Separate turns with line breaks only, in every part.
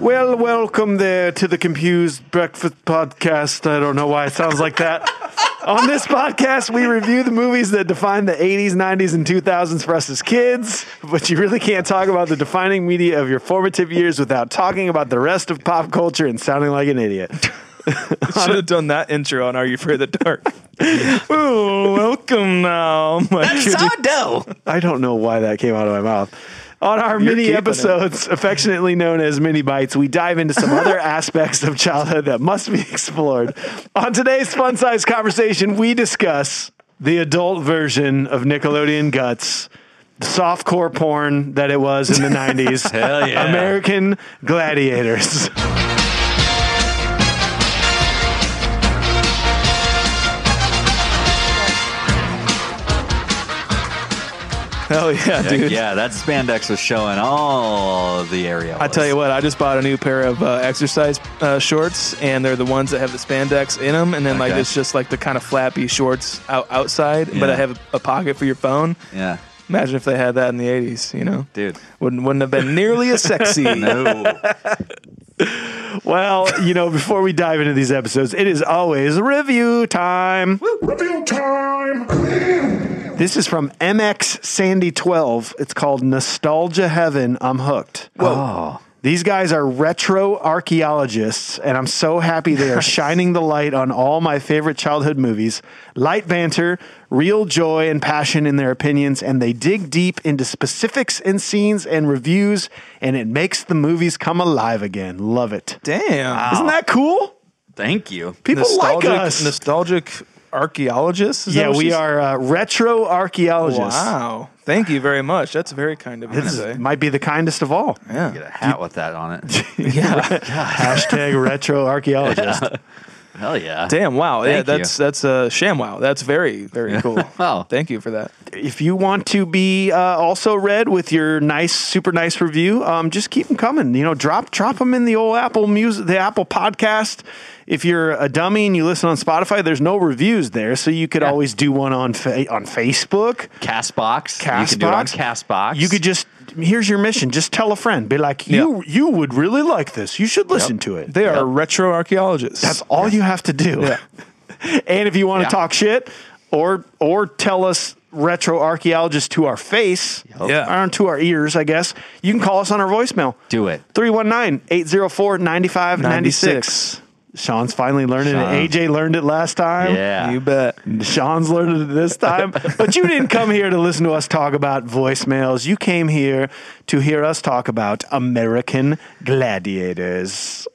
Well, welcome there to the Confused Breakfast Podcast. I don't know why it sounds like that. On this podcast, we review the movies that define the 80s, 90s, and 2000s for us as kids, but you really can't talk about the defining media of your formative years without talking about the rest of pop culture and sounding like an idiot.
Should have done that intro on Are You Afraid of the Dark? Ooh, welcome now. My
sourdough.
I don't know why that came out of my mouth. On our mini
keeping it.
episodes, affectionately known as mini bites, we dive into some other aspects of childhood that must be explored. On today's fun size conversation, we discuss the adult version of Nickelodeon Guts, softcore porn that it was in the 90s,
Hell yeah.
American Gladiators.
Hell yeah,
Heck
dude.
yeah, that spandex was showing all the area.
I tell you what, I just bought a new pair of uh, exercise uh, shorts, and they're the ones that have the spandex in them, and then like
Okay.
it's just like the kind of flappy shorts out outside, but
Yeah.
I have a, pocket for your phone.
Yeah,
Imagine if they had that in the '80s, you know?
dude.
Wouldn't wouldn't have been nearly as sexy.
No.
Well, you know, before we dive into these episodes, it is always review time.
Review time!
This is from MX Sandy 12. It's called Nostalgia Heaven. I'm hooked. Whoa. These guys are retro archaeologists, and I'm so happy they are shining the light on all my favorite childhood movies. Light banter, real joy and passion in their opinions, and they dig deep into specifics and scenes and reviews, and it makes the movies come alive again. Love it.
Damn.
Isn't that cool?
Thank you.
People
Ah, nostalgic,
like us.
nostalgic archaeologists. Is that
yeah,
what
we
she's-
are uh, retro archaeologists.
Wow. Thank you very much. That's very kind of you to
This
say.
is, might be the kindest of all.
Get a hat with that on it.
Hashtag retro archaeologist.
Hell yeah.
Damn! Wow! yeah,
Thank you.
that's that's a uh, sham. Wow! That's very very cool.
Wow.
Thank you for that.
if you want to be uh, also read with your nice, super nice review, um, just keep them coming. You know, drop drop them in the old Apple music, the Apple podcast. If you're a dummy and you listen on Spotify, there's no reviews there, so you could always do one on fa- on Facebook.
Castbox. You
Castbox.
could do it on Castbox.
You could just here's your mission. Just tell a friend. Be like, you you would really like this. You should listen to it.
They are retro archaeologists.
That's all you have to do. and if you want to
Yeah.
talk shit or or tell us retro archaeologists to our face
Yeah.
or to our ears, I guess, you can call us on our voicemail.
do it.
319-804-9596. Sean's finally learning it. AJ learned it last time.
Yeah.
You bet.
Sean's learned it this time. but you didn't come here to listen to us talk about voicemails. You came here to hear us talk about American gladiators.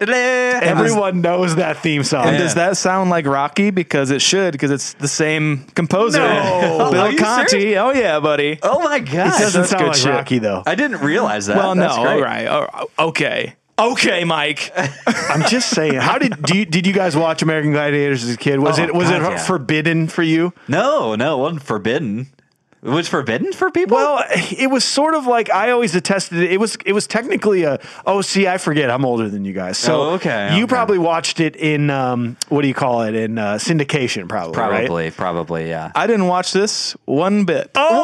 Everyone knows that theme song.
Does that sound like Rocky? Because it should, because it's the same composer,
No.
Are
Bill
you
Conti. Oh yeah, buddy.
Oh my
It
god.
doesn't
that's
sound
good
like
shit.
Rocky though.
I didn't realize that.
well, no.
That's great.
All right. All right. Okay. Okay, Mike.
I'm just saying. How did do you, did you guys watch American Gladiators as a kid? Was
Oh,
it was
God,
it
yeah.
forbidden for you?
No, no, it wasn't forbidden. It was forbidden for people?
Well, it was sort of like I always detested it. It was it was technically a oh see I forget I'm older than you guys. So
Oh, okay,
you
okay.
probably watched it in um what do you call it in uh, syndication probably right?
probably, probably, yeah.
I didn't watch this one bit.
Oh,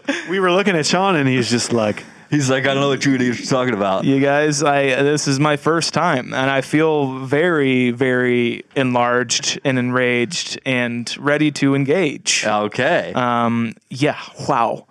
We were looking at Sean and he's just like
He's like, I don't know what you're talking about.
You guys, I this is my first time, and I feel very, very enlarged and enraged and ready to engage.
Okay.
Um, yeah, wow.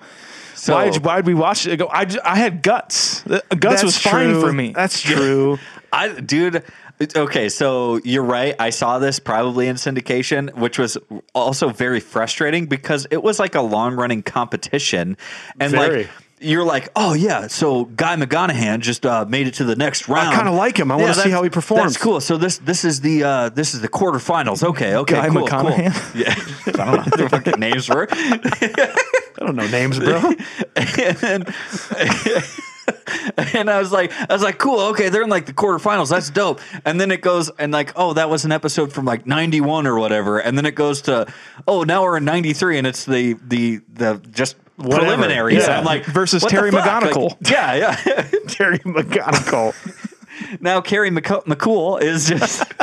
so,
why why did we watch it? I, j- I had guts. Uh, Guts was fine
true.
for me.
That's true.
I, dude, It's- Okay, so you're right. I saw this probably in syndication, which was also very frustrating because it was like a long running competition, and
Very.
like you're like, oh yeah, so Guy McGonahan just uh, made it to the next round.
kinda like him. I wanna see
that's-
how he performs.
That's cool. So this this is the uh, this is the quarterfinals. Okay, okay,
Guy
cool,
McConaughey?
Cool. Yeah, I don't know what their fucking names were.
I don't know names, bro.
and and I was like, I was like, cool, okay, they're in like the quarterfinals, that's dope. And then it goes and like, oh, that was an episode from like '91 or whatever. And then it goes to, oh, now we're in '93, and it's the the the just
Whatever.
preliminaries.
Yeah.
I'm like
Versus
what the
Terry
fuck? Like,
McGonigal.
yeah, yeah.
Terry McGonigal.
now Carrie McC- McCool is just.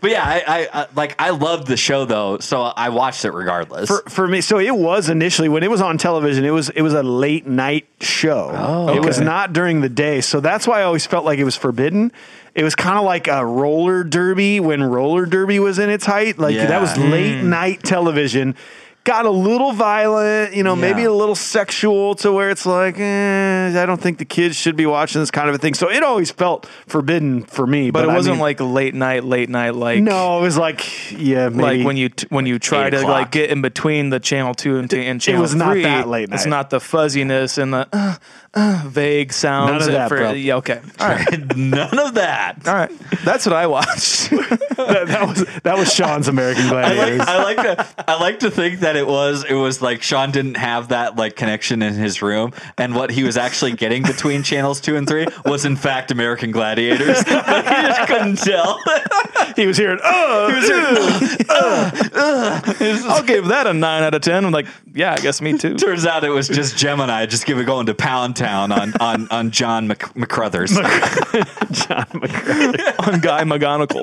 But yeah, I, I, I like I loved the show though, so I watched it regardless.
for, for me so it was initially when it was on television it was it was a late night show oh, it was
Okay.
not during the day so that's why i always felt like it was forbidden it was kind of like a roller derby when roller derby was in its height like that was
Yeah.
late
Mm.
night television got a little violent you know maybe a
Yeah.
little sexual to where it's like eh, i don't think the kids should be watching this kind of a thing so it always felt forbidden for me but,
But it
I
wasn't
mean-
like late night, late night like
no it was like yeah maybe.
like when you t- when you try
Eight
to
o'clock.
like get in between the channel two and, t- and channel
was not
three.
that late
It's
night.
not the fuzziness and the uh, uh, vague sounds.
None of
and
that, bro.
Yeah, okay, all right,
None of that.
all right. That's what I watched.
that, that was that was sean's american
I
gladiators
like, I like to I like to think that it was it was like Sean didn't have that like connection in his room, and what he was actually getting between channels two and three was in fact American Gladiators, but he just couldn't tell.
He was hearing, oh,
I'll give that a nine out of ten. I'm like, yeah, I guess me too.
Turns out it was just Gemini just giving going to Pound Town on on on John Mc, McCruthers.
on Guy McGonigal.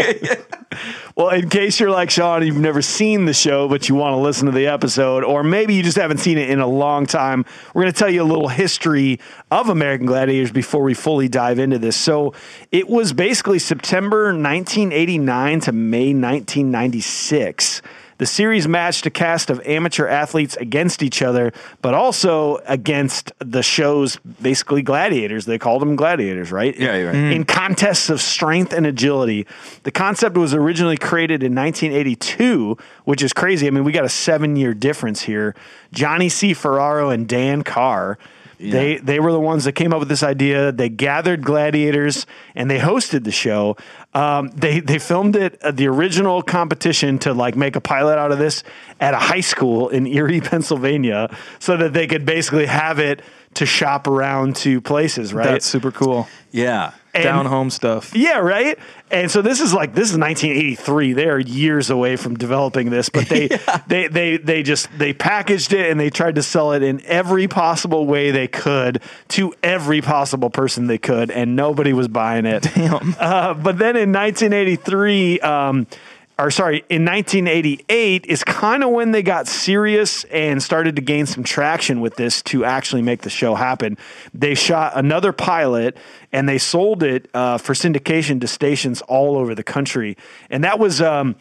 well, in case you're like Sean, you've never seen the show, but you want to listen to the episode, or maybe you just haven't seen it in a long time, we're going to tell you a little history of American Gladiators before we fully dive into this. So it was basically September 1989 to May 1996. The series matched a cast of amateur athletes against each other, but also against the show's basically gladiators. They called them gladiators, right?
Yeah, you're right.
In contests of strength and agility. The concept was originally created in 1982, which is crazy. I mean, we got a seven year difference here. Johnny C. Ferraro and Dan Carr. They they were the ones that came up with this idea. They gathered gladiators and they hosted the show. Um, they they filmed it uh, the original competition to like make a pilot out of this at a high school in Erie, Pennsylvania, so that they could basically have it to shop around to places. Right?
That's super cool.
yeah.
Down home stuff.
Yeah, right. And so this is like this is 1983. They are years away from developing this, but they they they they just they packaged it and they tried to sell it in every possible way they could to every possible person they could, and nobody was buying it. Damn. Uh, but then in 1983. Um, or sorry, in 1988 is kind of when they got serious and started to gain some traction with this to actually make the show happen. They shot another pilot and they sold it uh, for syndication to stations all over the country, and that was. Um,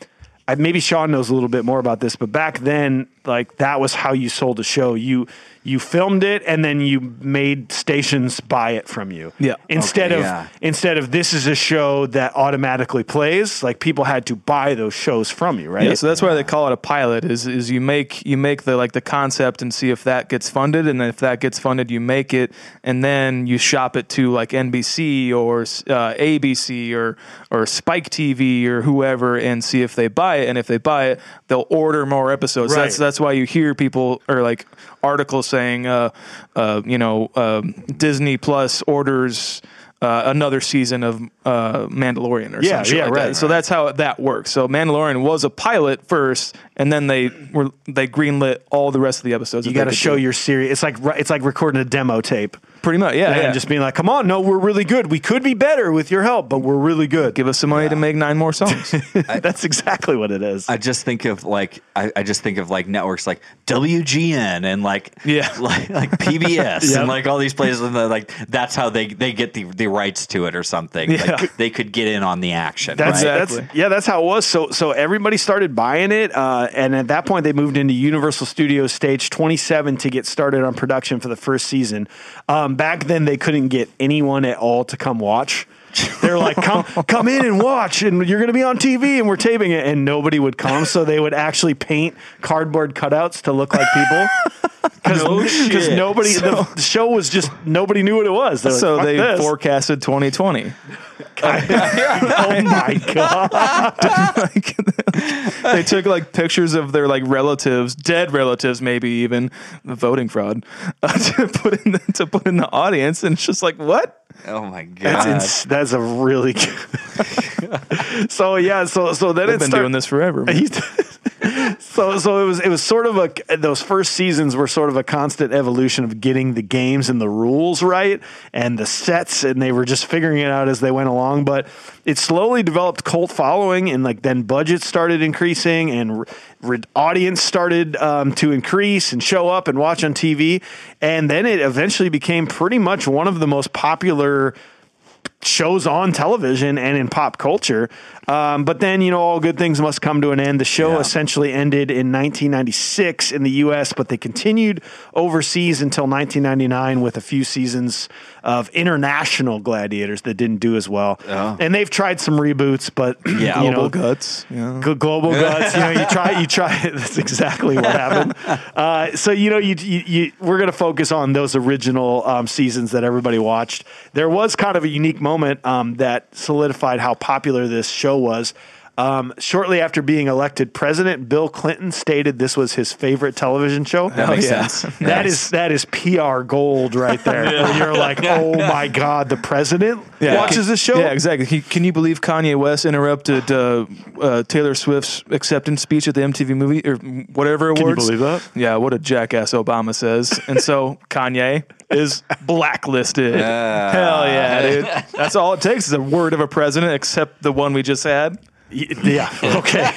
I, maybe Sean knows a little bit more about this, but back then, like that was how you sold a show. You you filmed it and then you made stations buy it from you.
Yeah.
Instead
Okay,
of
yeah.
instead of this is a show that automatically plays, like people had to buy those shows from you, right?
Yeah, so that's why they call it a pilot. Is is you make you make the like the concept and see if that gets funded, and if that gets funded, you make it, and then you shop it to like NBC or uh, ABC or or Spike TV or whoever, and see if they buy it. And if they buy it, they'll order more episodes. So that's
Right.
that's why you hear people or like articles saying, uh, uh, you know, um, Disney Plus orders. Uh, another season of uh, Mandalorian or
Yeah,
some shit
yeah,
like that.
right.
So that's how that works. So Mandalorian was a pilot first, and then they were they greenlit all the rest of the episodes.
you got to show your series. It's like it's like recording a demo tape
pretty much, yeah,
and
yeah.
just being like, "Come on, no, we're really good. We could be better with your help, but we're really good."
give us some money to make nine more songs.
that's exactly what it is.
I just think of like I, I just think of like networks like WGN and like
Yeah.
like like PBS
Yep.
and like all these places and they're like that's how they they get the, the rights to it or something.
Yeah.
Like they could get in on the action.
That's,
right?
that's
Exactly.
yeah, that's how it was. So so everybody started buying it, uh, and at that point they moved into Universal Studios Stage 27 to get started on production for the first season. Um, back then they couldn't get anyone at all to come watch. They're like, come, come in and watch, and you're going to be on TV, and we're taping it, and nobody would come, so they would actually paint cardboard cutouts to look like people. Because
No shit.
nobody, the- the show was just nobody knew what it was. They're like,
so
"Fuck
they
this."
forecasted 2020.
oh my god!
Like, they took like pictures of their like relatives, dead relatives, maybe even voting fraud, uh, to put in the, to put in the audience, and it's just like what?
Oh my god.
That's ins- that's a really good. so yeah, so so then
They've
it's
been doing this forever. man.
He's- so so it was it was sort of a those first seasons were sort of a constant evolution of getting the games and the rules right and the sets and they were just figuring it out as they went along but it slowly developed cult following and like then budgets started increasing and re- re- audience started um, to increase and show up and watch on TV and then it eventually became pretty much one of the most popular shows on television and in pop culture. Um, but then, you know, all good things must come to an end. The show essentially ended in 1996 in the US, but they continued overseas until 1999 with a few seasons of international gladiators that didn't do as well. And they've tried some reboots, but
Yeah.
you
Global
know,
guts. Yeah.
Gl- global guts. You know, you try, you try. That's exactly what happened. Uh, so you know, you, you, you we're going to focus on those original um, seasons that everybody watched. There was kind of a unique moment um, that solidified how popular this show was. Um, shortly after being elected president, Bill Clinton stated this was his favorite television show.
that makes
yeah.
sense.
That is that is PR gold right there. Where you're like, oh my god, the president watches this show.
Yeah, exactly. He, can you believe Kanye West interrupted uh, uh, Taylor Swift's acceptance speech at the MTV movie or whatever awards?
you believe that?
Yeah, what a jackass Obama says. And so Kanye is blacklisted. Hell yeah, dude. That's all it takes is a word of a president, except the one we just had.
Y- Yeah. Okay.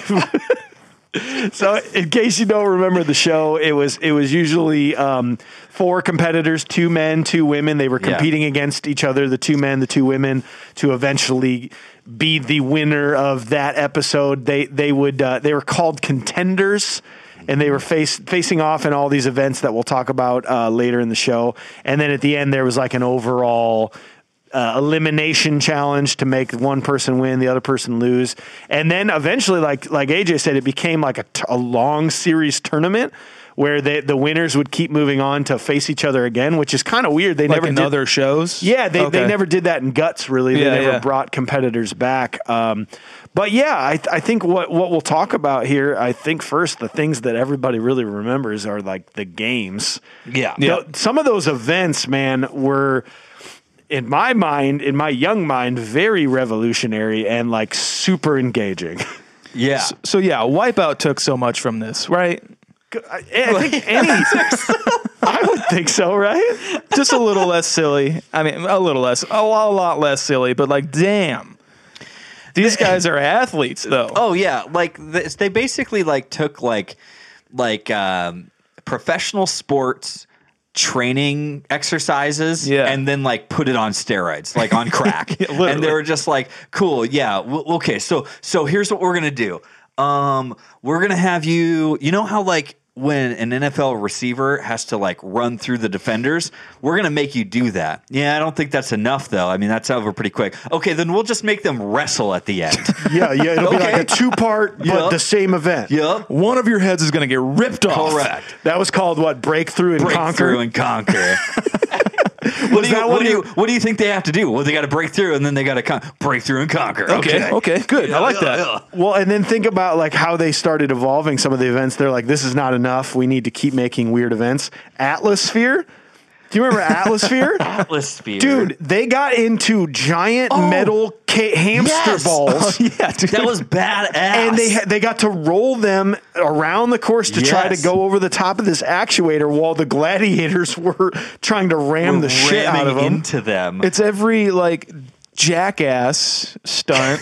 so, in case you don't remember the show, it was it was usually um, four competitors, two men, two women. They were
Yeah.
competing against each other, the two men, the two women, to eventually be the winner of that episode. They they would uh, they were called contenders. And they were face, facing off in all these events that we'll talk about uh, later in the show. And then at the end, there was like an overall uh, elimination challenge to make one person win, the other person lose, and then eventually, like like AJ said, it became like a, t- a long series tournament where they, the winners would keep moving on to face each other again, which is kind of weird. They
Like
never
in
did,
other shows.
yeah, they, they
Okay.
never did that in guts. Really, they
Yeah,
never
yeah.
brought competitors back. Um, but yeah, I, I think what what we'll talk about here, I think first the things that everybody really remembers are like the games.
Yeah.
Th- some of those events, man, were in my mind, in my young mind, very revolutionary and like super engaging.
Yeah.
So yeah, Wipeout took so much from this, right?
I, I think any, I would think so, right?
Just a little less silly. I mean, a little less, a lot, a lot less silly. But like, damn, these guys are athletes, though.
Oh yeah, like this, they basically like took like like um, professional sports training exercises
Yeah.
and then like put it on steroids like on crack and they
literally.
were just like cool yeah w- okay so so here's what we're gonna do um we're gonna have you you know how like when an nfl receiver has to like run through the defenders we're gonna make you do that yeah i don't think that's enough though i mean that's over pretty quick okay then we'll just make them wrestle at the end
Yeah, yeah. It'll be like
Okay.
a two part, but
Yeah.
the same event.
Yep.
One of your heads is going to get ripped off.
Correct.
That was called what? Breakthrough and
Break
Conquer.
through and conquer. what do you
that
what
one
do you
you-
what do you think they have to do? Well, they got to break through and then they got to con- break through and conquer.
Okay. Okay. Good. I like that.
Well, and then think about like how they started evolving some of the events. They're like, this is not enough. We need to keep making weird events. Atlasphere. Do you remember Atlasphere?
Atlas sphere.
Dude, they got into giant metal ca- hamster
Oh. Yes. Oh,
balls.
Yeah, dude.
that was badass.
And they ha- they got to roll them around the course to try to
Yes.
go over the top of this actuator while the gladiators were trying to ram the shit out of
ramming
them.
into them.
It's every like jackass stunt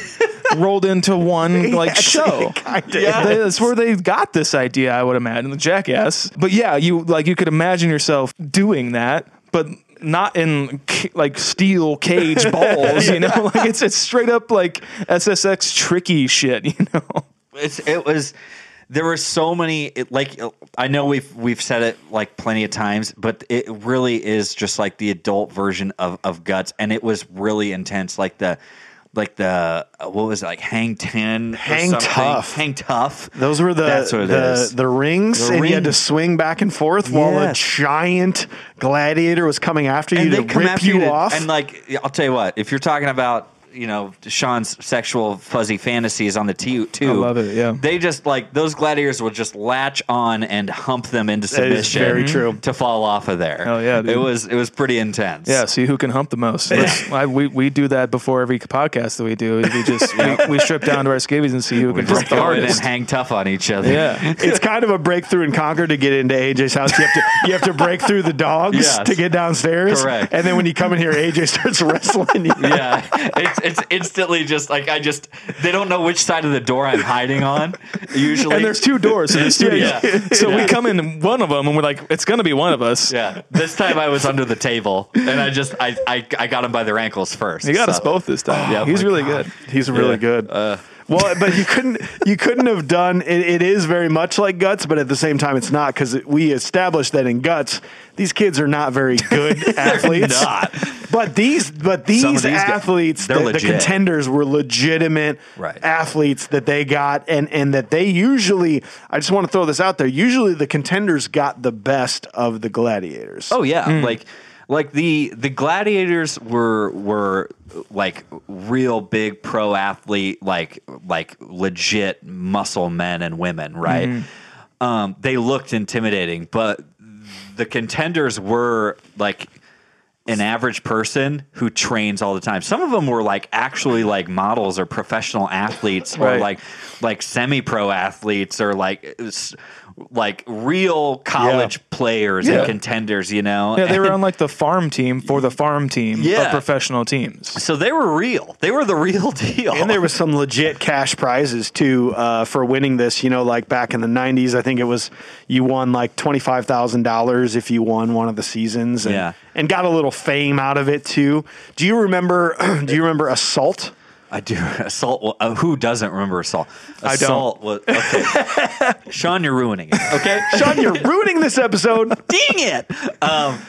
rolled into one like show.
Kinda.
They- That's where they got this idea, I would imagine, the jackass. But yeah, you like you could imagine yourself doing that, but not in ca- like steel cage balls, you know. Like it's it's straight up like SSX tricky shit, you know.
it's it was there were so many. It, like uh, I know we've we've said it like plenty of times, but it really is just like the adult version of of guts, and it was really intense. Like the like the uh, what was it like hang ten or
Hang
something?
Tough.
hang tough
Those were the
that's what it
the,
is.
the rings,
The
and you had to
rings.
swing back and forth while a
Yes.
giant gladiator was coming after you to rip
after
you
to-
off.
And like, I'll tell you what, if you're talking about you know Sean's sexual fuzzy fantasies on the tu- tube, I
love it, yeah.
they just like those gladiators will just latch on and hump them into
That
submission.
is very true.
To fall off of there.
Hell Oh, yeah, dude.
it was it was pretty intense.
Yeah, see who can hump the most. Let's- I, we, we do that before every podcast that we do. is We just we, we strip down to our skivvies and see who
we
can hump
just
the
go in and
hardest.
hang tough on each other.
Yeah.
it's kind of a breakthrough and conquer to get into AJ's house. You have to you have to break through the dogs
Yes.
to get downstairs.
Correct.
And then when you come in here, AJ starts wrestling you.
yeah, it's it's instantly just like I just they don't know which side of the door I'm hiding on. Usually,
And there's two doors in the studio.
yeah.
So we come in one of them and we're like, it's going to be one of us.
Yeah. This time I was under the table and I just I I, I got him by their ankles first.
He got us
so-
both this time.
Oh,
yeah, he's
my
really good.
He's really good.
Uh.
well, but you couldn't you couldn't have done it, it is very much like guts, but at the same time it's not because we established that in guts these kids are not very good athletes.
not.
But these but these,
Some of these guys-
athletes
they're
the, the
legit.
contenders were legitimate
Right.
athletes that they got and and that they usually I just want to throw this out there usually the contenders got the best of the gladiators.
Oh yeah.
Hmm.
Like like the the gladiators were were like real big pro athlete like like legit muscle men and women, right?
Hmm.
Um they looked intimidating, but the contenders were like an average person who trains all the time. Some of them were like actually like models or professional athletes or
Right.
like like semi-pro athletes or like s- like real college players
Yeah.
and contenders, you know.
Yeah, they were
And
on like the farm team for the farm team
Yeah.
of professional teams.
so they were real. They were the real deal.
And there was some legit cash prizes too uh, for winning this. You know, like back in the '90s, I think it was you won like twenty five thousand dollars if you won one of the seasons, and,
Yeah.
and got a little fame out of it too. Do you remember? do you remember assault?
I do assault. Uh, who doesn't remember assault?
don't.
Assault was okay. Sean, you're ruining it. Okay,
Sean, you're ruining this episode.
dang it. Um,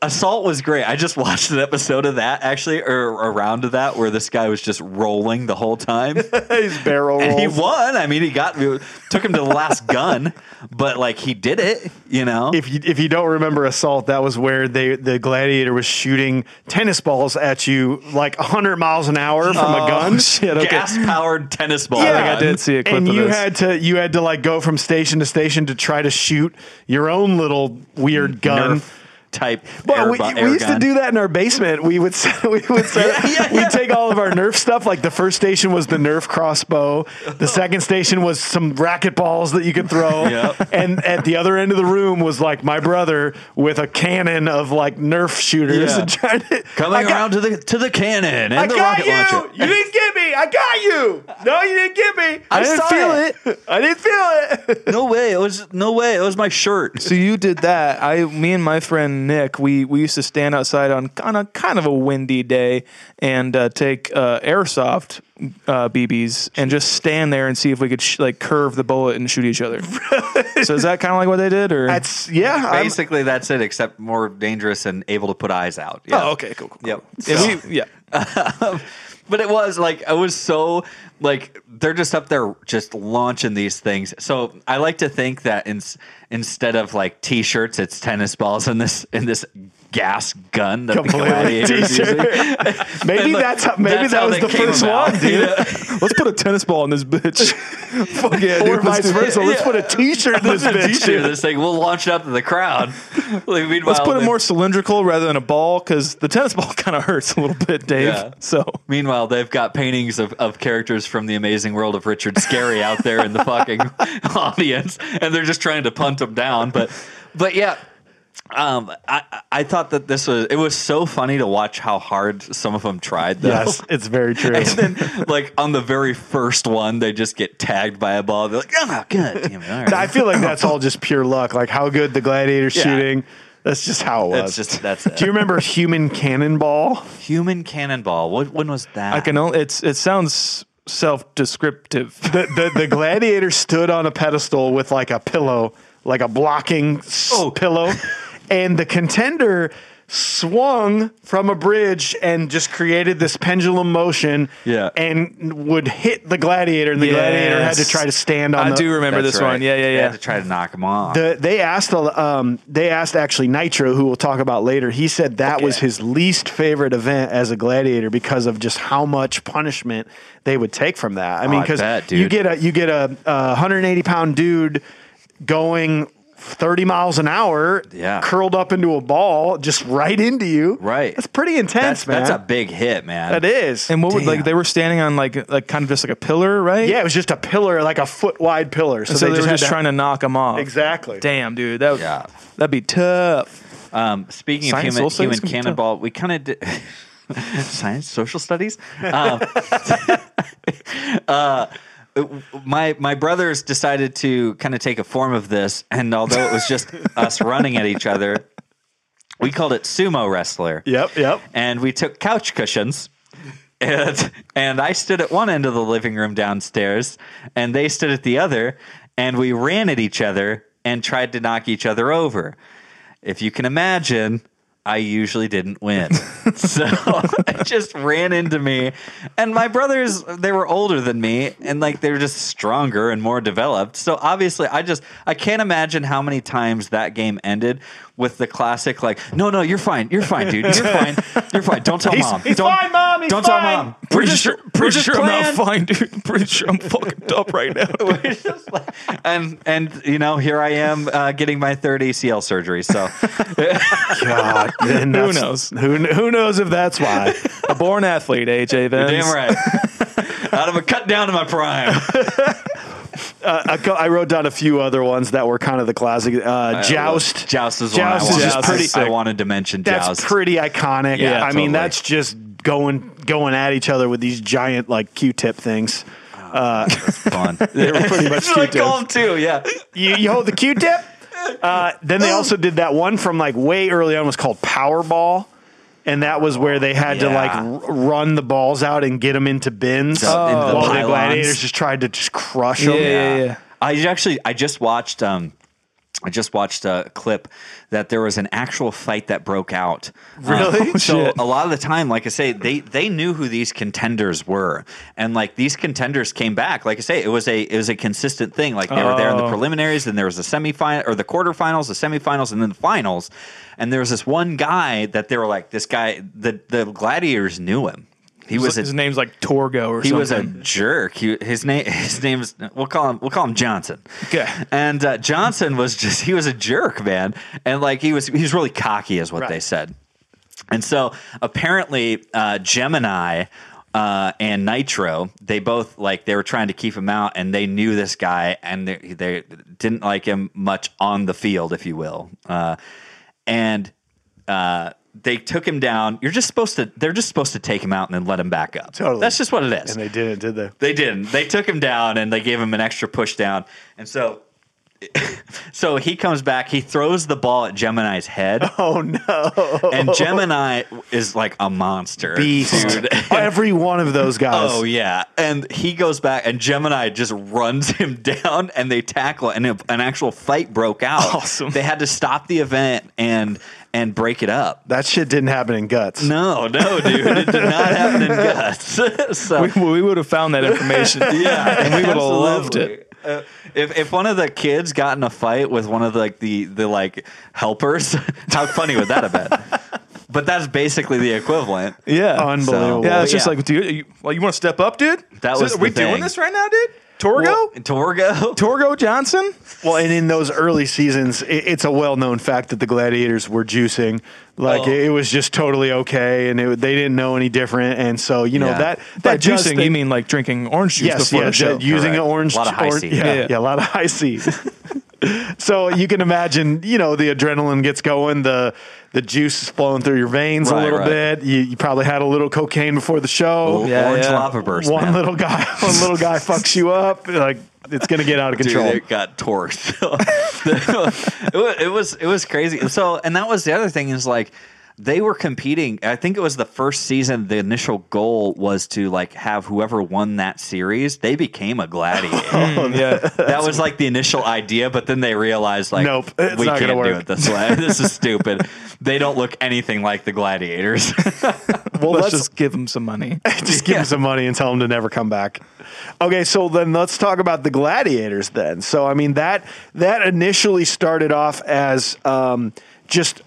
Assault was great. I just watched an episode of that actually, or a round of that, where this guy was just rolling the whole time.
He's barrel
And he
rolls.
won. I mean, he got took him to the last gun, but like he did it. You know,
if you if you don't remember assault, that was where they the gladiator was shooting tennis balls at you like hundred miles an hour from
Oh,
a gun.
Shit, okay.
gas powered tennis ball.
think I
gun.
did see a clip
and
of
you
this.
had to you had to like go from station to station to try to shoot your own little weird gun.
Nerf type.
But
air
we,
bu-
we
air
used to
gun.
do that in our basement. We would set- we would set, we'd take all of our Nerf stuff. Like the first station was the Nerf crossbow. The second station was some racket balls that you could throw.
Yep.
And at the other end of the room was like my brother with a cannon of like Nerf shooters
Yeah.
and trying to I
Coming
got-
around to the to the cannon and
I
the
got
rocket
you.
launcher.
You didn't get me. I got you. No, you didn't get me. I, didn't
saw
feel
it.
it. I didn't feel it.
No way. It was no way. It was my shirt.
So you did that. I, me and my friend Nick, we, we used to stand outside on kind of kind of a windy day and uh, take uh, airsoft uh, BBs and just stand there and see if we could sh- like curve the bullet and shoot each other. So is that kind of like what they did, or
That's yeah. I'm-
Basically, that's it, except more dangerous and able to put eyes out. Yeah.
oh okay cool. cool.
Yep.
Yeah, we- yeah.
But it was like I was so like they're just up there just launching these things. So I like to think that in, instead of like t-shirts, it's tennis balls in this in this gas gun that
Completely
the gladiators
t-shirt.
using.
maybe
And, like,
that's how, maybe
that's
that
how
was
they
the
came
first
about.
one, dude.
Let's put a tennis ball in this bitch. Fuck yeah,
Or
dude. Let's,
vice
do it.
versa. Let's put a T-shirt in this
This is a
bitch.
t-shirt,
dude.
this thing. We'll launch it out to the crowd. Like,
Let's
meanwhile,
put it
the-
more cylindrical rather than a ball because the tennis ball kind of hurts a little bit, Dave.
Yeah.
So
Meanwhile, they've got paintings of, of characters from the amazing world of Richard Scarry out there in the fucking audience, and they're just trying to punt them down. But, but yeah, um, I I thought that this was it was so funny to watch how hard some of them tried. Though.
Yes, it's very true.
And then, like on the very first one, they just get tagged by a ball. They're like, "Oh god, damn it! All right.
I feel like that's all just pure luck. Like how good the gladiator
Yeah.
shooting. That's just how it was.
That's just that's it.
Do you remember Human Cannonball?
human cannonball? What when was that?
I can only. It's it sounds self-descriptive.
the, the, the gladiator stood on a pedestal with like a pillow, like a blocking s-
Oh.
pillow, and the contender swung from a bridge and just created this pendulum motion
Yeah.
and would hit the gladiator and the gladiator had to
Yes.
try to stand on
I
the,
do remember
That's
this
right.
one. Yeah, yeah,
They
yeah.
had to try to knock him off.
the, they asked um they asked actually Nitro who we'll talk about later he said that was his least favorite event as a gladiator because of just how much punishment they would take from that I mean
Oh, I
because
bet,
you
dude.
get a you get a, a 180 pound dude going 30 miles an hour
Yeah.
curled up into a ball just right into you
Right.
that's pretty intense
that's,
man
that's a big hit, man.
that is
and what would like
Damn.
they were standing on like like kind of just like a pillar, right?
yeah it was just a pillar like a foot wide pillar so,
So,
they,
they,
just,
were
had
just
to-
trying to knock him off.
exactly
Damn, dude, that would,
Yeah.
that'd be tough.
Um, speaking
Science
of human,
also is
human
gonna be tough.
cannonball, we kind of did science, social studies. Um, uh, my my brothers decided to kind of take a form of this, and although it was just us running at each other, we called it sumo wrestler.
yep yep
And we took couch cushions. And, and I stood at one end of the living room downstairs, and they stood at the other, and we ran at each other and tried to knock each other over. If you can imagine, I usually didn't win. so it just ran into me. And my brothers, they were older than me, and like they were just stronger and more developed. So obviously, I just, I can't imagine how many times that game ended with the classic, like, no, no, you're fine. You're fine, dude. You're fine. You're fine. Don't tell
He's-
mom.
he's
don't,
fine, Mom. He's
don't
fine."
tell mom. We're just- we're just playing.
fine, dude. Pretty sure I'm fucking up right now.
and and you know here I am uh, getting my third ACL surgery. So
God, then that's-
knows?
Who, kn- who knows if that's why?
a born athlete, AJ. Vance.
damn right, out of a cut down to my prime.
I, co- I wrote down Uh, a few other ones that were kind of the classic. Uh, joust.
Joust is
Joust
one I
is
wanted.
just pretty-
I wanted to mention
That's
Joust.
pretty iconic.
Yeah,
I mean,
totally.
that's just going going at each other with these giant like Q-tip things.
fun.
They were pretty much
I call
Q-tips.
him too. Yeah,
You, you hold the Q-tip. Uh, then they also did that one from like way early on was called Powerball. And that was where they had to
Yeah.
like r- run the balls out and get them into bins.
Into the
while the
pylons.
gladiators just tried to just crush
Yeah,
them.
yeah, yeah.
I actually I just watched um I just watched a clip that there was an actual fight that broke out. Really? so a lot of the time, like I say, they they knew who these contenders were, and like these contenders came back. Like I say, it was a it was a consistent thing. Like they were there in
Oh.
the preliminaries, then there was the semifinal or the quarterfinals, the semifinals, and then the finals. And there was this one guy that they were like, this guy, the the gladiators knew him. He was a
his name's like Torgo or
he
something.
was a jerk. He, his name his name is we'll call him we'll call him Johnson.
Okay.
And uh, Johnson was just he was a jerk, man. And like he was he was really cocky is what they said. And so apparently uh, Gemini uh, and Nitro, they both like they were trying to keep him out, and they knew this guy, and they, they didn't like him much on the field, if you will. Uh, and uh, they took him down. You're just supposed to. They're just supposed to take him out and then let him back up.
Totally.
That's just what it is.
And they did it, did they?
They didn't. They took him down and they gave him an extra push down. And so so he comes back, he throws the ball at Gemini's head.
Oh, no.
And Gemini is like a monster.
beast.
Dude.
Every one of those guys.
Oh yeah, and he goes back, and Gemini just runs him down, and they tackle, and a- an actual fight broke out.
Awesome.
They had to stop the event and and break it up.
That shit didn't happen in guts.
No, no, dude, it did not happen in guts. so
we, we would have found that information.
Yeah,
and we would have loved
absolutely.
it.
Uh, if if one of the kids got in a fight with one of the, like the the like helpers, how funny would that have been? but that's basically the equivalent.
Yeah,
Unbelievable.
Yeah, it's just
Yeah.
like, dude, you, well, you want to step up, dude?
That
Is
was
it- are we
the thing.
doing this right now, dude? Torgo,
Torgo.
Torgo Johnson.
Well, and in those early seasons, i it's a well-known fact that the gladiators were juicing. Like
Oh.
it, it was just totally okay, and it, they didn't know any different. And so you know
Yeah.
that that
By
does
juicing,
thi-
you mean like drinking orange juice
yes,
before
yeah,
the show?
ju- using an
correct.
orange,
A lot of high
or-
C.
yeah,
Yeah.
yeah, a lot of high C. so you can imagine, you know, the adrenaline gets going, the the juice is flowing through your veins a
Right,
little
right.
bit. You, you probably had a little cocaine before the show.
Yeah,
Orange
yeah.
lava burst.
one
man.
little guy, one little guy fucks you up. Like it's gonna get out of
Dude,
control.
it got torqued. it, was, it was it was crazy. And so, and that was the other thing is like they were competing. I think it was the first season. The initial goal was to like have whoever won that series. They became a gladiator.
Oh,
yeah.
that was like the initial idea, but then they realized like,
Nope, it's
we
not
can't
gonna
do
work.
it this way. this is stupid. They don't look anything like the gladiators.
Well,
Let's
let's,
just give him some money.
just give him some money and tell him to never come back. Okay, so then let's talk about the gladiators then. So I mean that that initially started off as um, just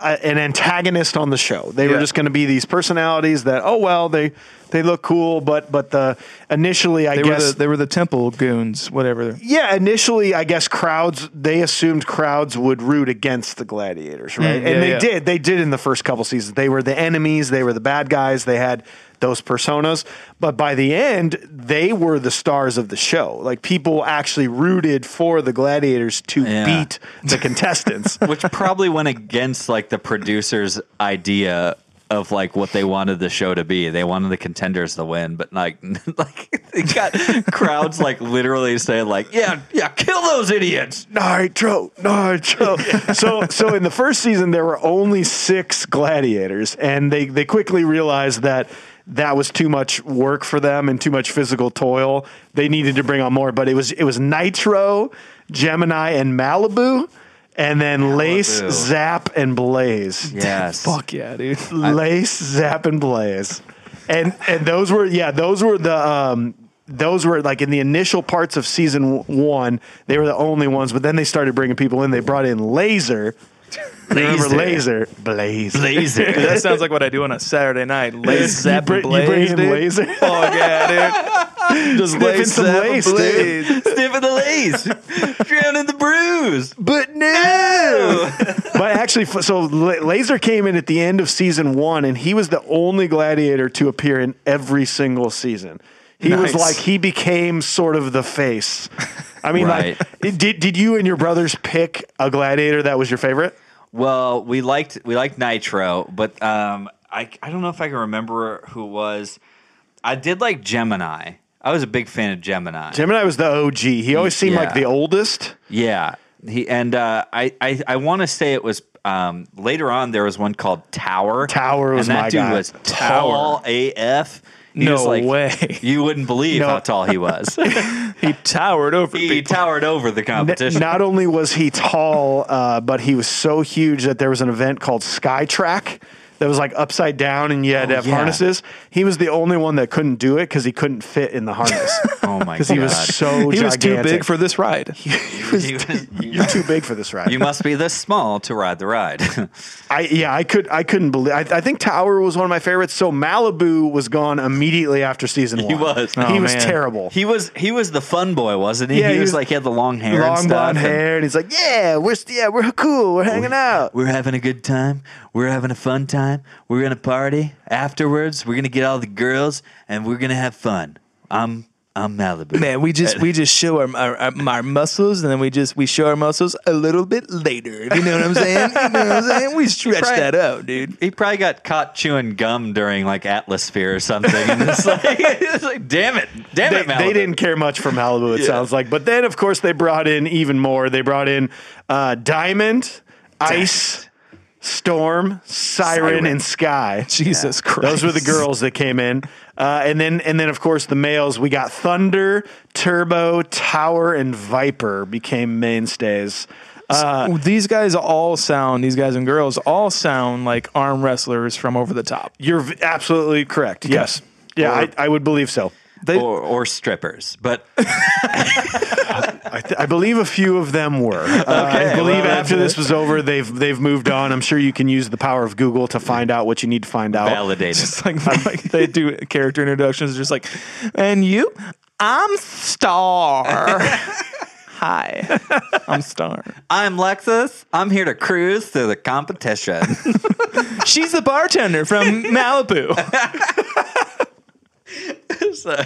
a, an antagonist on the show. They were
Yeah.
just going to be these personalities that oh well they they look cool, but but the initially I
They were
guess
the they were the temple goons, whatever.
yeah, initially, I guess crowds, they assumed crowds would root against the gladiators, right?
Mm, yeah,
and they
yeah.
did. They did in the first couple seasons. They were the enemies, they were the bad guys, they had those personas. But by the end, they were the stars of the show. Like people actually rooted for the gladiators to
Yeah.
beat the contestants.
which probably went against like the producer's idea of like what they wanted the show to be. They wanted the contenders to win, but like like they got crowds like literally saying like, "Yeah, yeah, kill those idiots."
Nitro, Nitro. So, so in the first season, there were only six gladiators, and they they quickly realized that that was too much work for them and too much physical toil. They needed to bring on more, but it was it was Nitro, Gemini, and Malibu, and then Lace,
Malibu.
Zap, and Blaze.
Yes.
Fuck yeah, dude.
Lace, Zap, and Blaze, and and those were yeah, those were the um, those were like in the initial parts of season w- one, they were the only ones. But then they started bringing people in. They brought in Laser, remember Laser, Blaze.
Laser.
That sounds like what I do on a Saturday night. Lace,
You
zap,
bring-
and
you bring
blaze,
in
dude.
laser.
Fuck yeah, dude. Just
Sniffing
lace,
some
zap, and
lace, dude.
blaze.
Sniffing the lace. Drowning the bruise.
But no. but actually, f- so La- Laser came in at the end of season one, and he was the only gladiator to appear in every single season. He was
Nice.
like he became sort of the face. I mean,
Right.
like, it- did did you and your brothers pick a gladiator that was your favorite?
Well, we liked we liked Nitro, but um, I I don't know if I can remember who it was. I did like Gemini. I was a big fan of Gemini.
Gemini was the OG. He always seemed like
Yeah.
the oldest.
yeah, he and uh, I I I want to say it was. Um, later on, there was one called Tower.
Tower was
and that
my
dude
guy.
was tall AF. He
No
was like,
way.
You wouldn't believe
No.
how tall he was.
He towered over
he
people.
towered over the
N-
competition.
not only was he tall, uh, but he was so huge that there was an event called Skytrack that was like upside down and you had to have
yeah.
harnesses. He was the only one that couldn't do it because he couldn't fit in the harness.
oh my god!
Because he was so
he was
gigantic.
too big for this ride.
He was-
You're too big for this ride.
you must be this small to ride the ride.
I yeah, I could I couldn't believe. I, I think Tower was one of my favorites. So Malibu was gone immediately after season one.
was.
he
Oh,
was
man.
terrible.
He was he was the fun boy, wasn't he?
Yeah,
he,
he
was,
was-
like he had the long hair, and
Long
stuff,
blonde
and
hair, and he's like, yeah, we're yeah, we're cool, we're hanging out.
We're having a good time. We're having a fun time. We're gonna party afterwards. We're gonna get all the girls, and we're gonna have fun. I'm I'm Malibu.
Man, we just we just show our, our, our, our muscles, and then we just we show our muscles a little bit later. You know what I'm saying? You know what I'm saying? We stretch
Right.
that out, dude.
He probably got caught chewing gum during like Atlasphere or something, and it's like, it's like damn it, damn
they,
it, Malibu.
they didn't care much from Malibu, it sounds like. But then, of course, they brought in even more. They brought in uh, Diamond, Ice, Storm, Siren,
Siren.
and Sky.
Jesus Christ!
Those were the girls that came in, uh, and then and then of course the males. We got Thunder, Turbo, Tower, and Viper became mainstays.
Well, Uh, these guys all sound these guys and girls all sound like arm wrestlers from over the top.
You're v- absolutely correct. Yes, yeah, I, I would believe so.
They,
or, or strippers, but
I, th- I believe a few of them were. Uh, I believe after this was over, they've they've moved on. I'm sure you can use the power of Google to find out what you need to find out.
validated.
just like, like they do character introductions, just like, and you, I'm Star. Hi, I'm Star.
I'm Lexus. I'm here to cruise through the competition.
She's the bartender from Malibu.
So,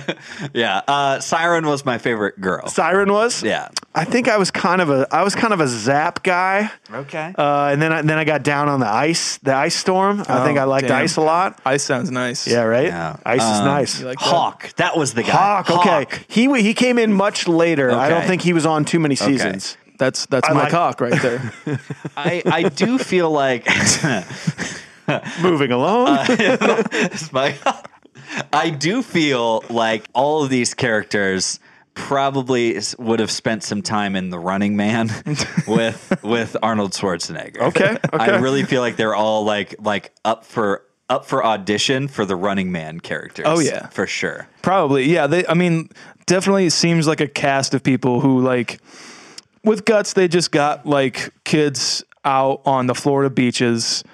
yeah, uh, Siren was my favorite girl.
Siren was.
Yeah.
I think I was kind of a I was kind of a zap guy.
Okay.
Uh, and then I, then I got down on the ice, the ice storm. I think I liked
damn.
ice a lot.
Ice sounds nice.
Yeah, right. Oh,
Oh, Yeah.
Ice is
Um,
nice.
like that?
Hawk. That? was the guy.
Hawk, okay. He wa- he came in much later. I don't
Okay.
think he was on too many seasons.
that's that's
I
my
like-
cock right there.
I, I do feel like
Moving along.
Uh, It's my- I do feel like all of these characters probably s- would have spent some time in The Running Man with with Arnold Schwarzenegger.
Okay,
I
okay.
really feel like they're all like like up for up for audition for the Running Man characters.
Oh, yeah.
for sure.
Probably, yeah. They, I mean, definitely seems like a cast of people who like with guts. They just got like kids out on the Florida beaches,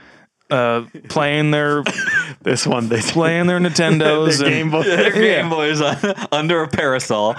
uh, playing their
this one, they play
playing their Nintendos. and,
Game Boy.
Game Boy's on, uh, under a parasol.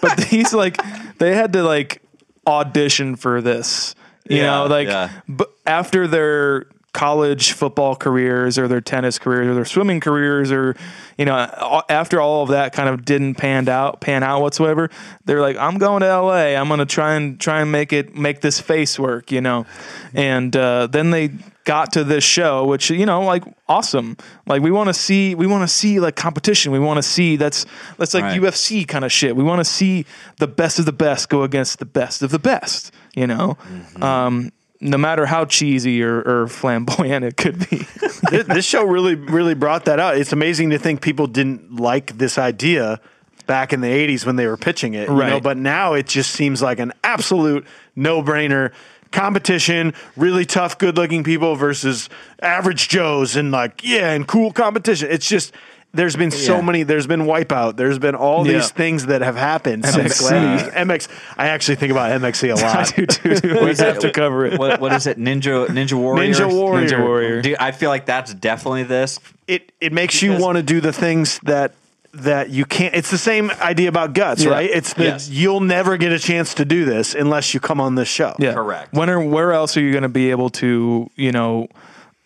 but he's like, they had to like audition for this. You
Yeah,
know, like
yeah.
b- after their college football careers or their tennis careers or their swimming careers or you know a- after all of that kind of didn't pan out pan out whatsoever they're like i'm going to la i'm going to try and try and make it make this face work you know and uh, then they got to this show which you know like awesome like we want to see we want to see like competition we want to see that's that's like
Right.
ufc kind of shit we want to see the best of the best go against the best of the best you know um no matter how cheesy or, or flamboyant it could be.
Th- this show really, really brought that out. It's amazing to think people didn't like this idea back in the 80s when they were pitching it. You know?
Right.
But now it just seems like an absolute no brainer competition, really tough, good looking people versus average Joes and like, yeah, and cool competition. It's just. There's been so
Yeah.
many. There's been Wipeout. There's been all
Yeah.
these things that have happened since
MXC.
last- MX. I actually think about MXC a
I
lot.
do too. We have to cover it.
What, what is it? Ninja Ninja Warrior.
Ninja Warrior.
Ninja Warrior.
Dude, I feel like that's definitely this.
it it makes you want to do the things that that you can't it's the same idea about guts
Yeah.
right it's that
Yes.
you'll never get a chance to do this unless you come on this show
Yeah.
Correct.
When or where else are you going to be able to, you know,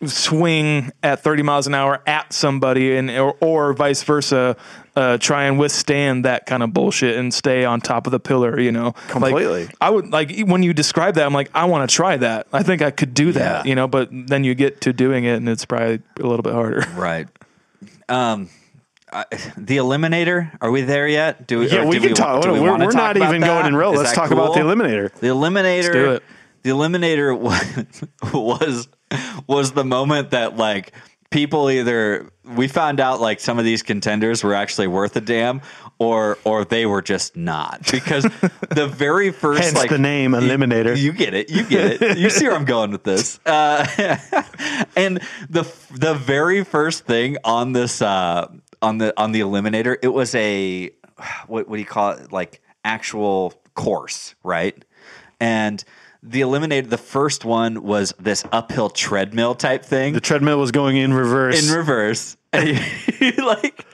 swing at 30 miles an hour at somebody and or, or vice versa, uh, try and withstand that kind of bullshit and stay on top of the pillar, you know? Like,
Completely.
I would like e, when you describe that, I'm like, I want to try that. I think I could do that,
Yeah.
you know, but then you get to doing it and it's probably a little bit harder.
Right. Um, I, the Eliminator. Are we there yet? Do we?
Yeah,
or
we
do
can
wa-
talk-
do we
we're-
wanna
we're not
about
even going in row.
Is
Let's
that
talk about the Eliminator.
The Eliminator.
do it.
The Eliminator wa- was was the moment that like people either we found out like some of these contenders were actually worth a damn or or they were just not because the very first
Hence
like
the name Eliminator.
you get it. You get it. You see where I'm going with this. Uh, and the the very first thing on this uh, on the on the eliminator, it was a what what do you call it? Like actual course, right? And the eliminator, the first one was this uphill treadmill type thing
the treadmill was going in reverse
in reverse. And he, he, like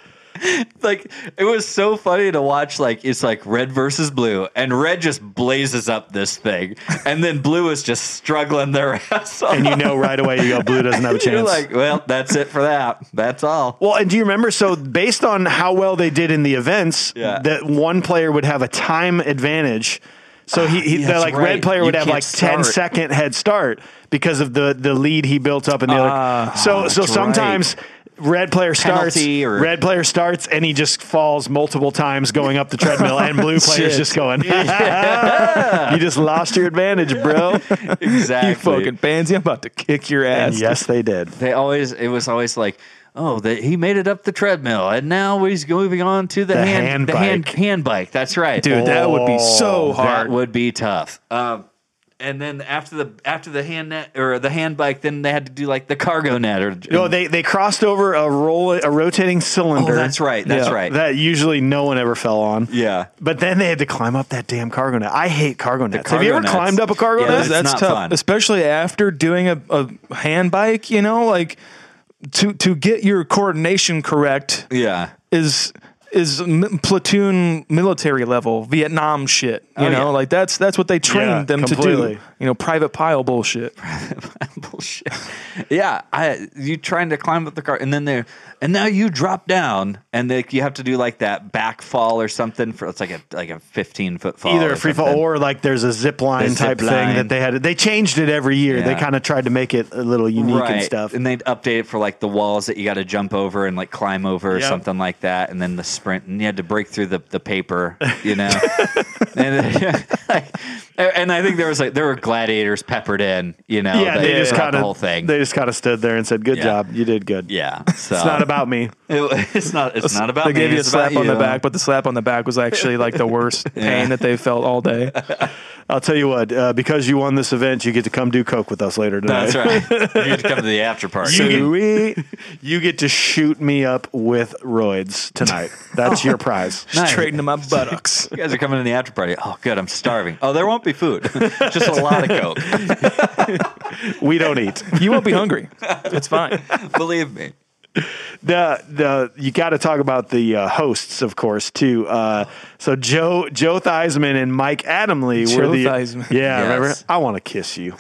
like it was so funny to watch like it's like red versus blue and red just blazes up this thing and then blue is just struggling their ass off.
and you know right away you go blue doesn't have a
You're
chance
like, well, that's it for that. That's all.
well and do you remember so based on how well they did in the events
Yeah.
that one player would have a time advantage so he, he
Yeah,
the
that's
like
right.
red player would
You
have
can't
like 10
start.
second head start because of the the lead he built up in the
Ah,
other so so
that's
sometimes red player starts
Penalty or-
red player starts and he just falls multiple times going up the treadmill and blue player's
Shit.
just going you just lost your advantage bro
Exactly.
You fucking pansy, I'm about to kick your ass.
and yes they did
they always it was always like oh the, he made it up the treadmill and now he's moving on to the,
The
hand,
hand
the hand
bike.
hand bike that's right Oh,
Dude, that would be so
that
hard.
would be tough um, and then after the after the hand net or the hand bike then they had to do like the cargo net or
no they they crossed over a roll a rotating
oh,
cylinder
that's right that's
Yeah,
right
that usually no one ever fell on
yeah
But then they had to climb up that damn cargo net. I hate cargo nets. Have you
cargo
ever
nets.
climbed up a cargo
Yeah,
net?
It's
that's, that's
not
tough,
fun.
especially after doing a, a hand bike. You know, like to to get your coordination correct
yeah
is is m- platoon military level Vietnam shit. You
Oh,
know,
yeah.
like that's that's what they trained
Yeah,
them to
completely.
do. You know, private pile bullshit.
bullshit. Yeah, I you trying to climb up the car and then there and now you drop down and like you have to do like that back fall or something for it's like a like a fifteen foot fall.
Either
or
a free fall
something.
or like there's a zip line
The zip
type
line.
thing that they had. They changed it every year. They
Yeah.
kind of tried to make it a little unique and stuff.
And they'd update it for like the walls that you got to jump over and like climb over or
Yep.
something like that. And then the sprint, and you had to break through the, the paper, you know? and then, like, A- And I think there was like there were gladiators peppered in, you know.
yeah, they
Oh, that-
just
throughout
kind
the whole
of
thing.
they just kind of stood there and said, "Good
Yeah.
job, you did good."
yeah, so
it's not about me.
It- it's not. It's not about.
They gave
me,
you a
it's about
slap on the
you.
back, but the slap on the back was actually like the worst pain that they felt all day.
I'll tell you what, uh, because you won this event, you get to come do coke with us later tonight.
That's right. You need to come to the after party.
Sweet. you get to shoot me up with roids tonight. That's your prize.
Straight into my buttocks.
You guys are coming to the after party. Oh, good. I'm starving. Oh, there won't be food. Just a lot of coke.
We don't eat.
You won't be hungry. It's fine.
Believe me.
the the you got to talk about the uh, hosts, of course, too. Uh, so Joe Joe Theismann and Mike Adamley
Joe
were the
Theismann.
yeah. Remember,
Yes.
I want to kiss you.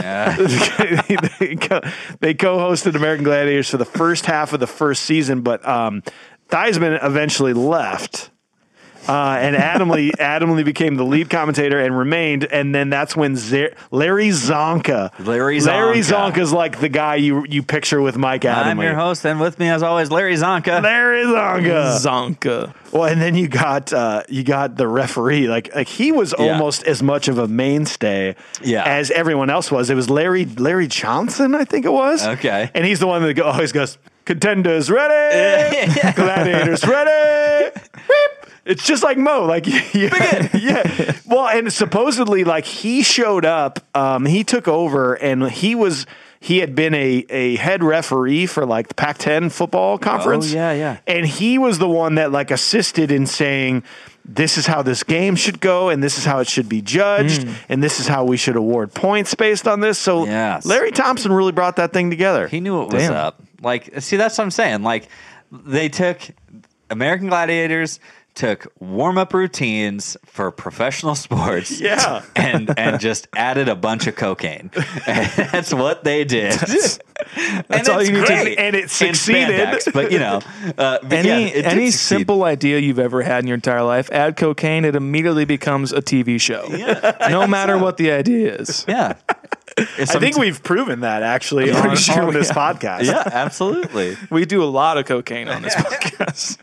Yeah.
they co- they co-hosted American Gladiators for the first half of the first season, but um, Theismann eventually left. Uh, and Adam Lee, Adam Lee became the lead commentator and remained. And then that's when Zer- Larry Zonka,
Larry
Larry
Zonka.
Zonka's like the guy you you picture with Mike Adam.
I'm your host, and with me as always, Larry Zonka.
Larry Zonka.
Zonka.
Well, and then you got uh, you got the referee. Like, like he was
Yeah.
almost as much of a mainstay
Yeah.
as everyone else was. It was Larry Larry Johnson, I think it was.
Okay.
and he's the one that go, always goes contenders ready, gladiators ready. Beep. It's just like Mo, like yeah, yeah. Well, and supposedly, like he showed up, um, he took over, and he was he had been a a head referee for like the Pac-10 football conference.
Oh, yeah, yeah.
And he was the one that like assisted in saying, this is how this game should go, and this is how it should be judged,
Hmm.
and this is how we should award points based on this. So
Yes.
Larry Thompson really brought that thing together.
He knew what was
Damn.
up. Like, see, that's what I'm saying. Like, they took American Gladiators took warm up routines for professional sports.
Yeah.
And and just added a bunch of cocaine. And that's what they did. That's,
all you need to-
and it succeeded.
but you know, uh, but yeah,
Any
it did
any
succeed.
simple idea you've ever had in your entire life, add cocaine, it immediately becomes a TV show. no matter what the idea is.
Yeah.
I think we've proven that actually
Yeah.
on,
Sure,
on this
yeah.
podcast.
Yeah, absolutely.
We do a lot of cocaine on this podcast.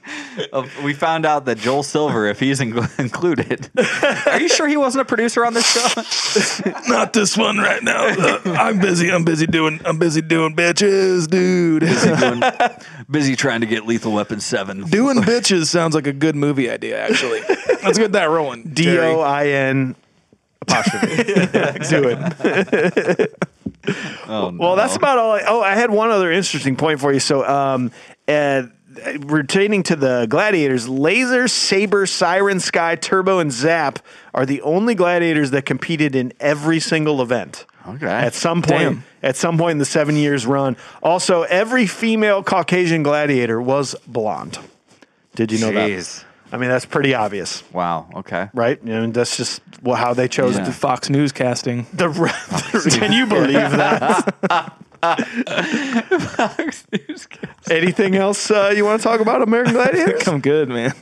Uh, we found out that Joel Silver, if he's in- included, are you sure he wasn't a producer on this show?
Not this one right now. Uh, I'm busy. I'm busy doing. I'm busy doing bitches, dude.
busy trying to get Lethal Weapon 7.
Doing bitches sounds like a good movie idea. Actually, let's get that rolling.
D
Jerry.
O I N apostrophe. Do it. well, that's about all. I, oh, I had one other interesting point for you. So, um, uh, retaining to the gladiators, Laser, Saber, Siren, Sky, Turbo, and Zap are the only gladiators that competed in every single event.
Okay.
At some point,
Damn.
at some point in the seven years run. Also, every female Caucasian gladiator was blonde. Did you know
Jeez.
that? I mean, that's pretty obvious
Wow. Okay.
right? You know, that's just well, how they chose
Yeah.
to-
Fox News casting.
the. re- Can you believe that? Anything else uh, you want to talk about American Gladiators?
I'm good, man.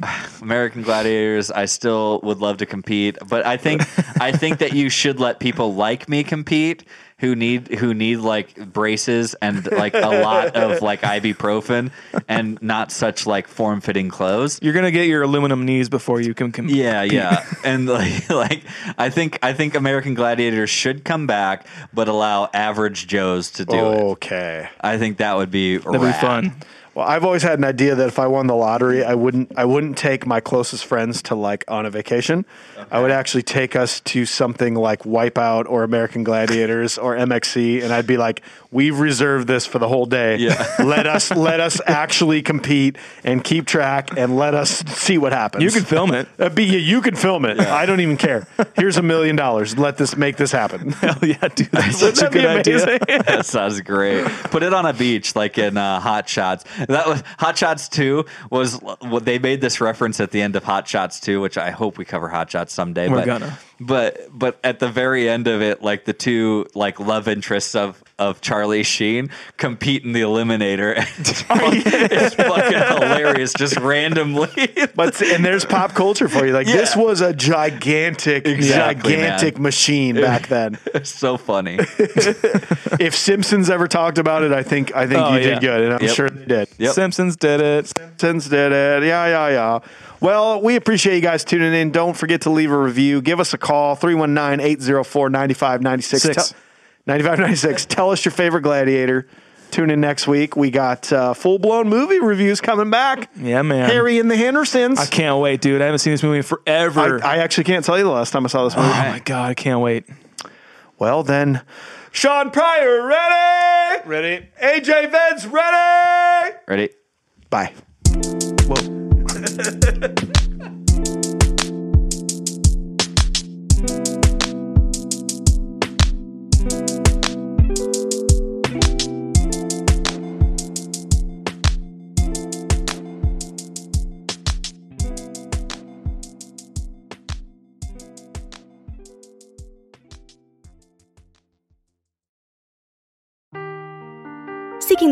American Gladiators. I still would love to compete, but I think I think that you should let people like me compete who need who need like braces and like a lot of like ibuprofen and not such like form fitting clothes.
You're gonna get your aluminum knees before you can compete.
Yeah, yeah, and like, like I think I think American Gladiators should come back, but allow average Joes to do
Oh.
it.
Okay.
I think that would be
That'd
rad.
be fun.
Well, I've always had an idea that if I won the lottery, I wouldn't. I wouldn't take my closest friends to like on a vacation. I would actually take us to something like Wipeout or American Gladiators or MXC, and I'd be like, "We've reserved this for the whole day.
Yeah.
let us let us actually compete and keep track, and let us see what happens.
You can film it.
That'd be, you can film it. I don't even care. Here's a million dollars. Let this make this happen.
Hell yeah, dude. That's such a
That'd be
good idea.
amazing.
that sounds great. Put it on a beach, like in uh, Hot Shots. That was Hot Shots Two. Was what they made this reference at the end of Hot Shots Two, which I hope we cover Hot Shots someday.
We're
but,
gonna.
But but at the very end of it, like the two like love interests of of Charlie Sheen compete in the Eliminator. it's,
Oh,
fucking, it's fucking hilarious, just randomly.
But and there's pop culture for you. Like
Yeah.
this was a gigantic,
Exactly,
gigantic
man.
machine back then.
it's so funny.
if Simpsons ever talked about it, I think I think
Oh,
you
yeah.
did good, and I'm
Yep.
sure they did.
Yep.
Simpsons did it.
Simpsons did it. Yeah, yeah, yeah. Well, we appreciate you guys tuning in. Don't forget to leave a review. Give us a call 319 804
Six.
9596. 9596. Tell us your favorite gladiator. Tune in next week. We got uh, full blown movie reviews coming back.
Yeah, man.
Harry and the Hendersons.
I can't wait, dude. I haven't seen this movie in forever.
I, I actually can't tell you the last time I saw this movie.
oh my god, I can't wait.
Well, then, Sean Pryor, ready?
Ready?
AJ Vince, ready?
Ready?
Bye.
Seeking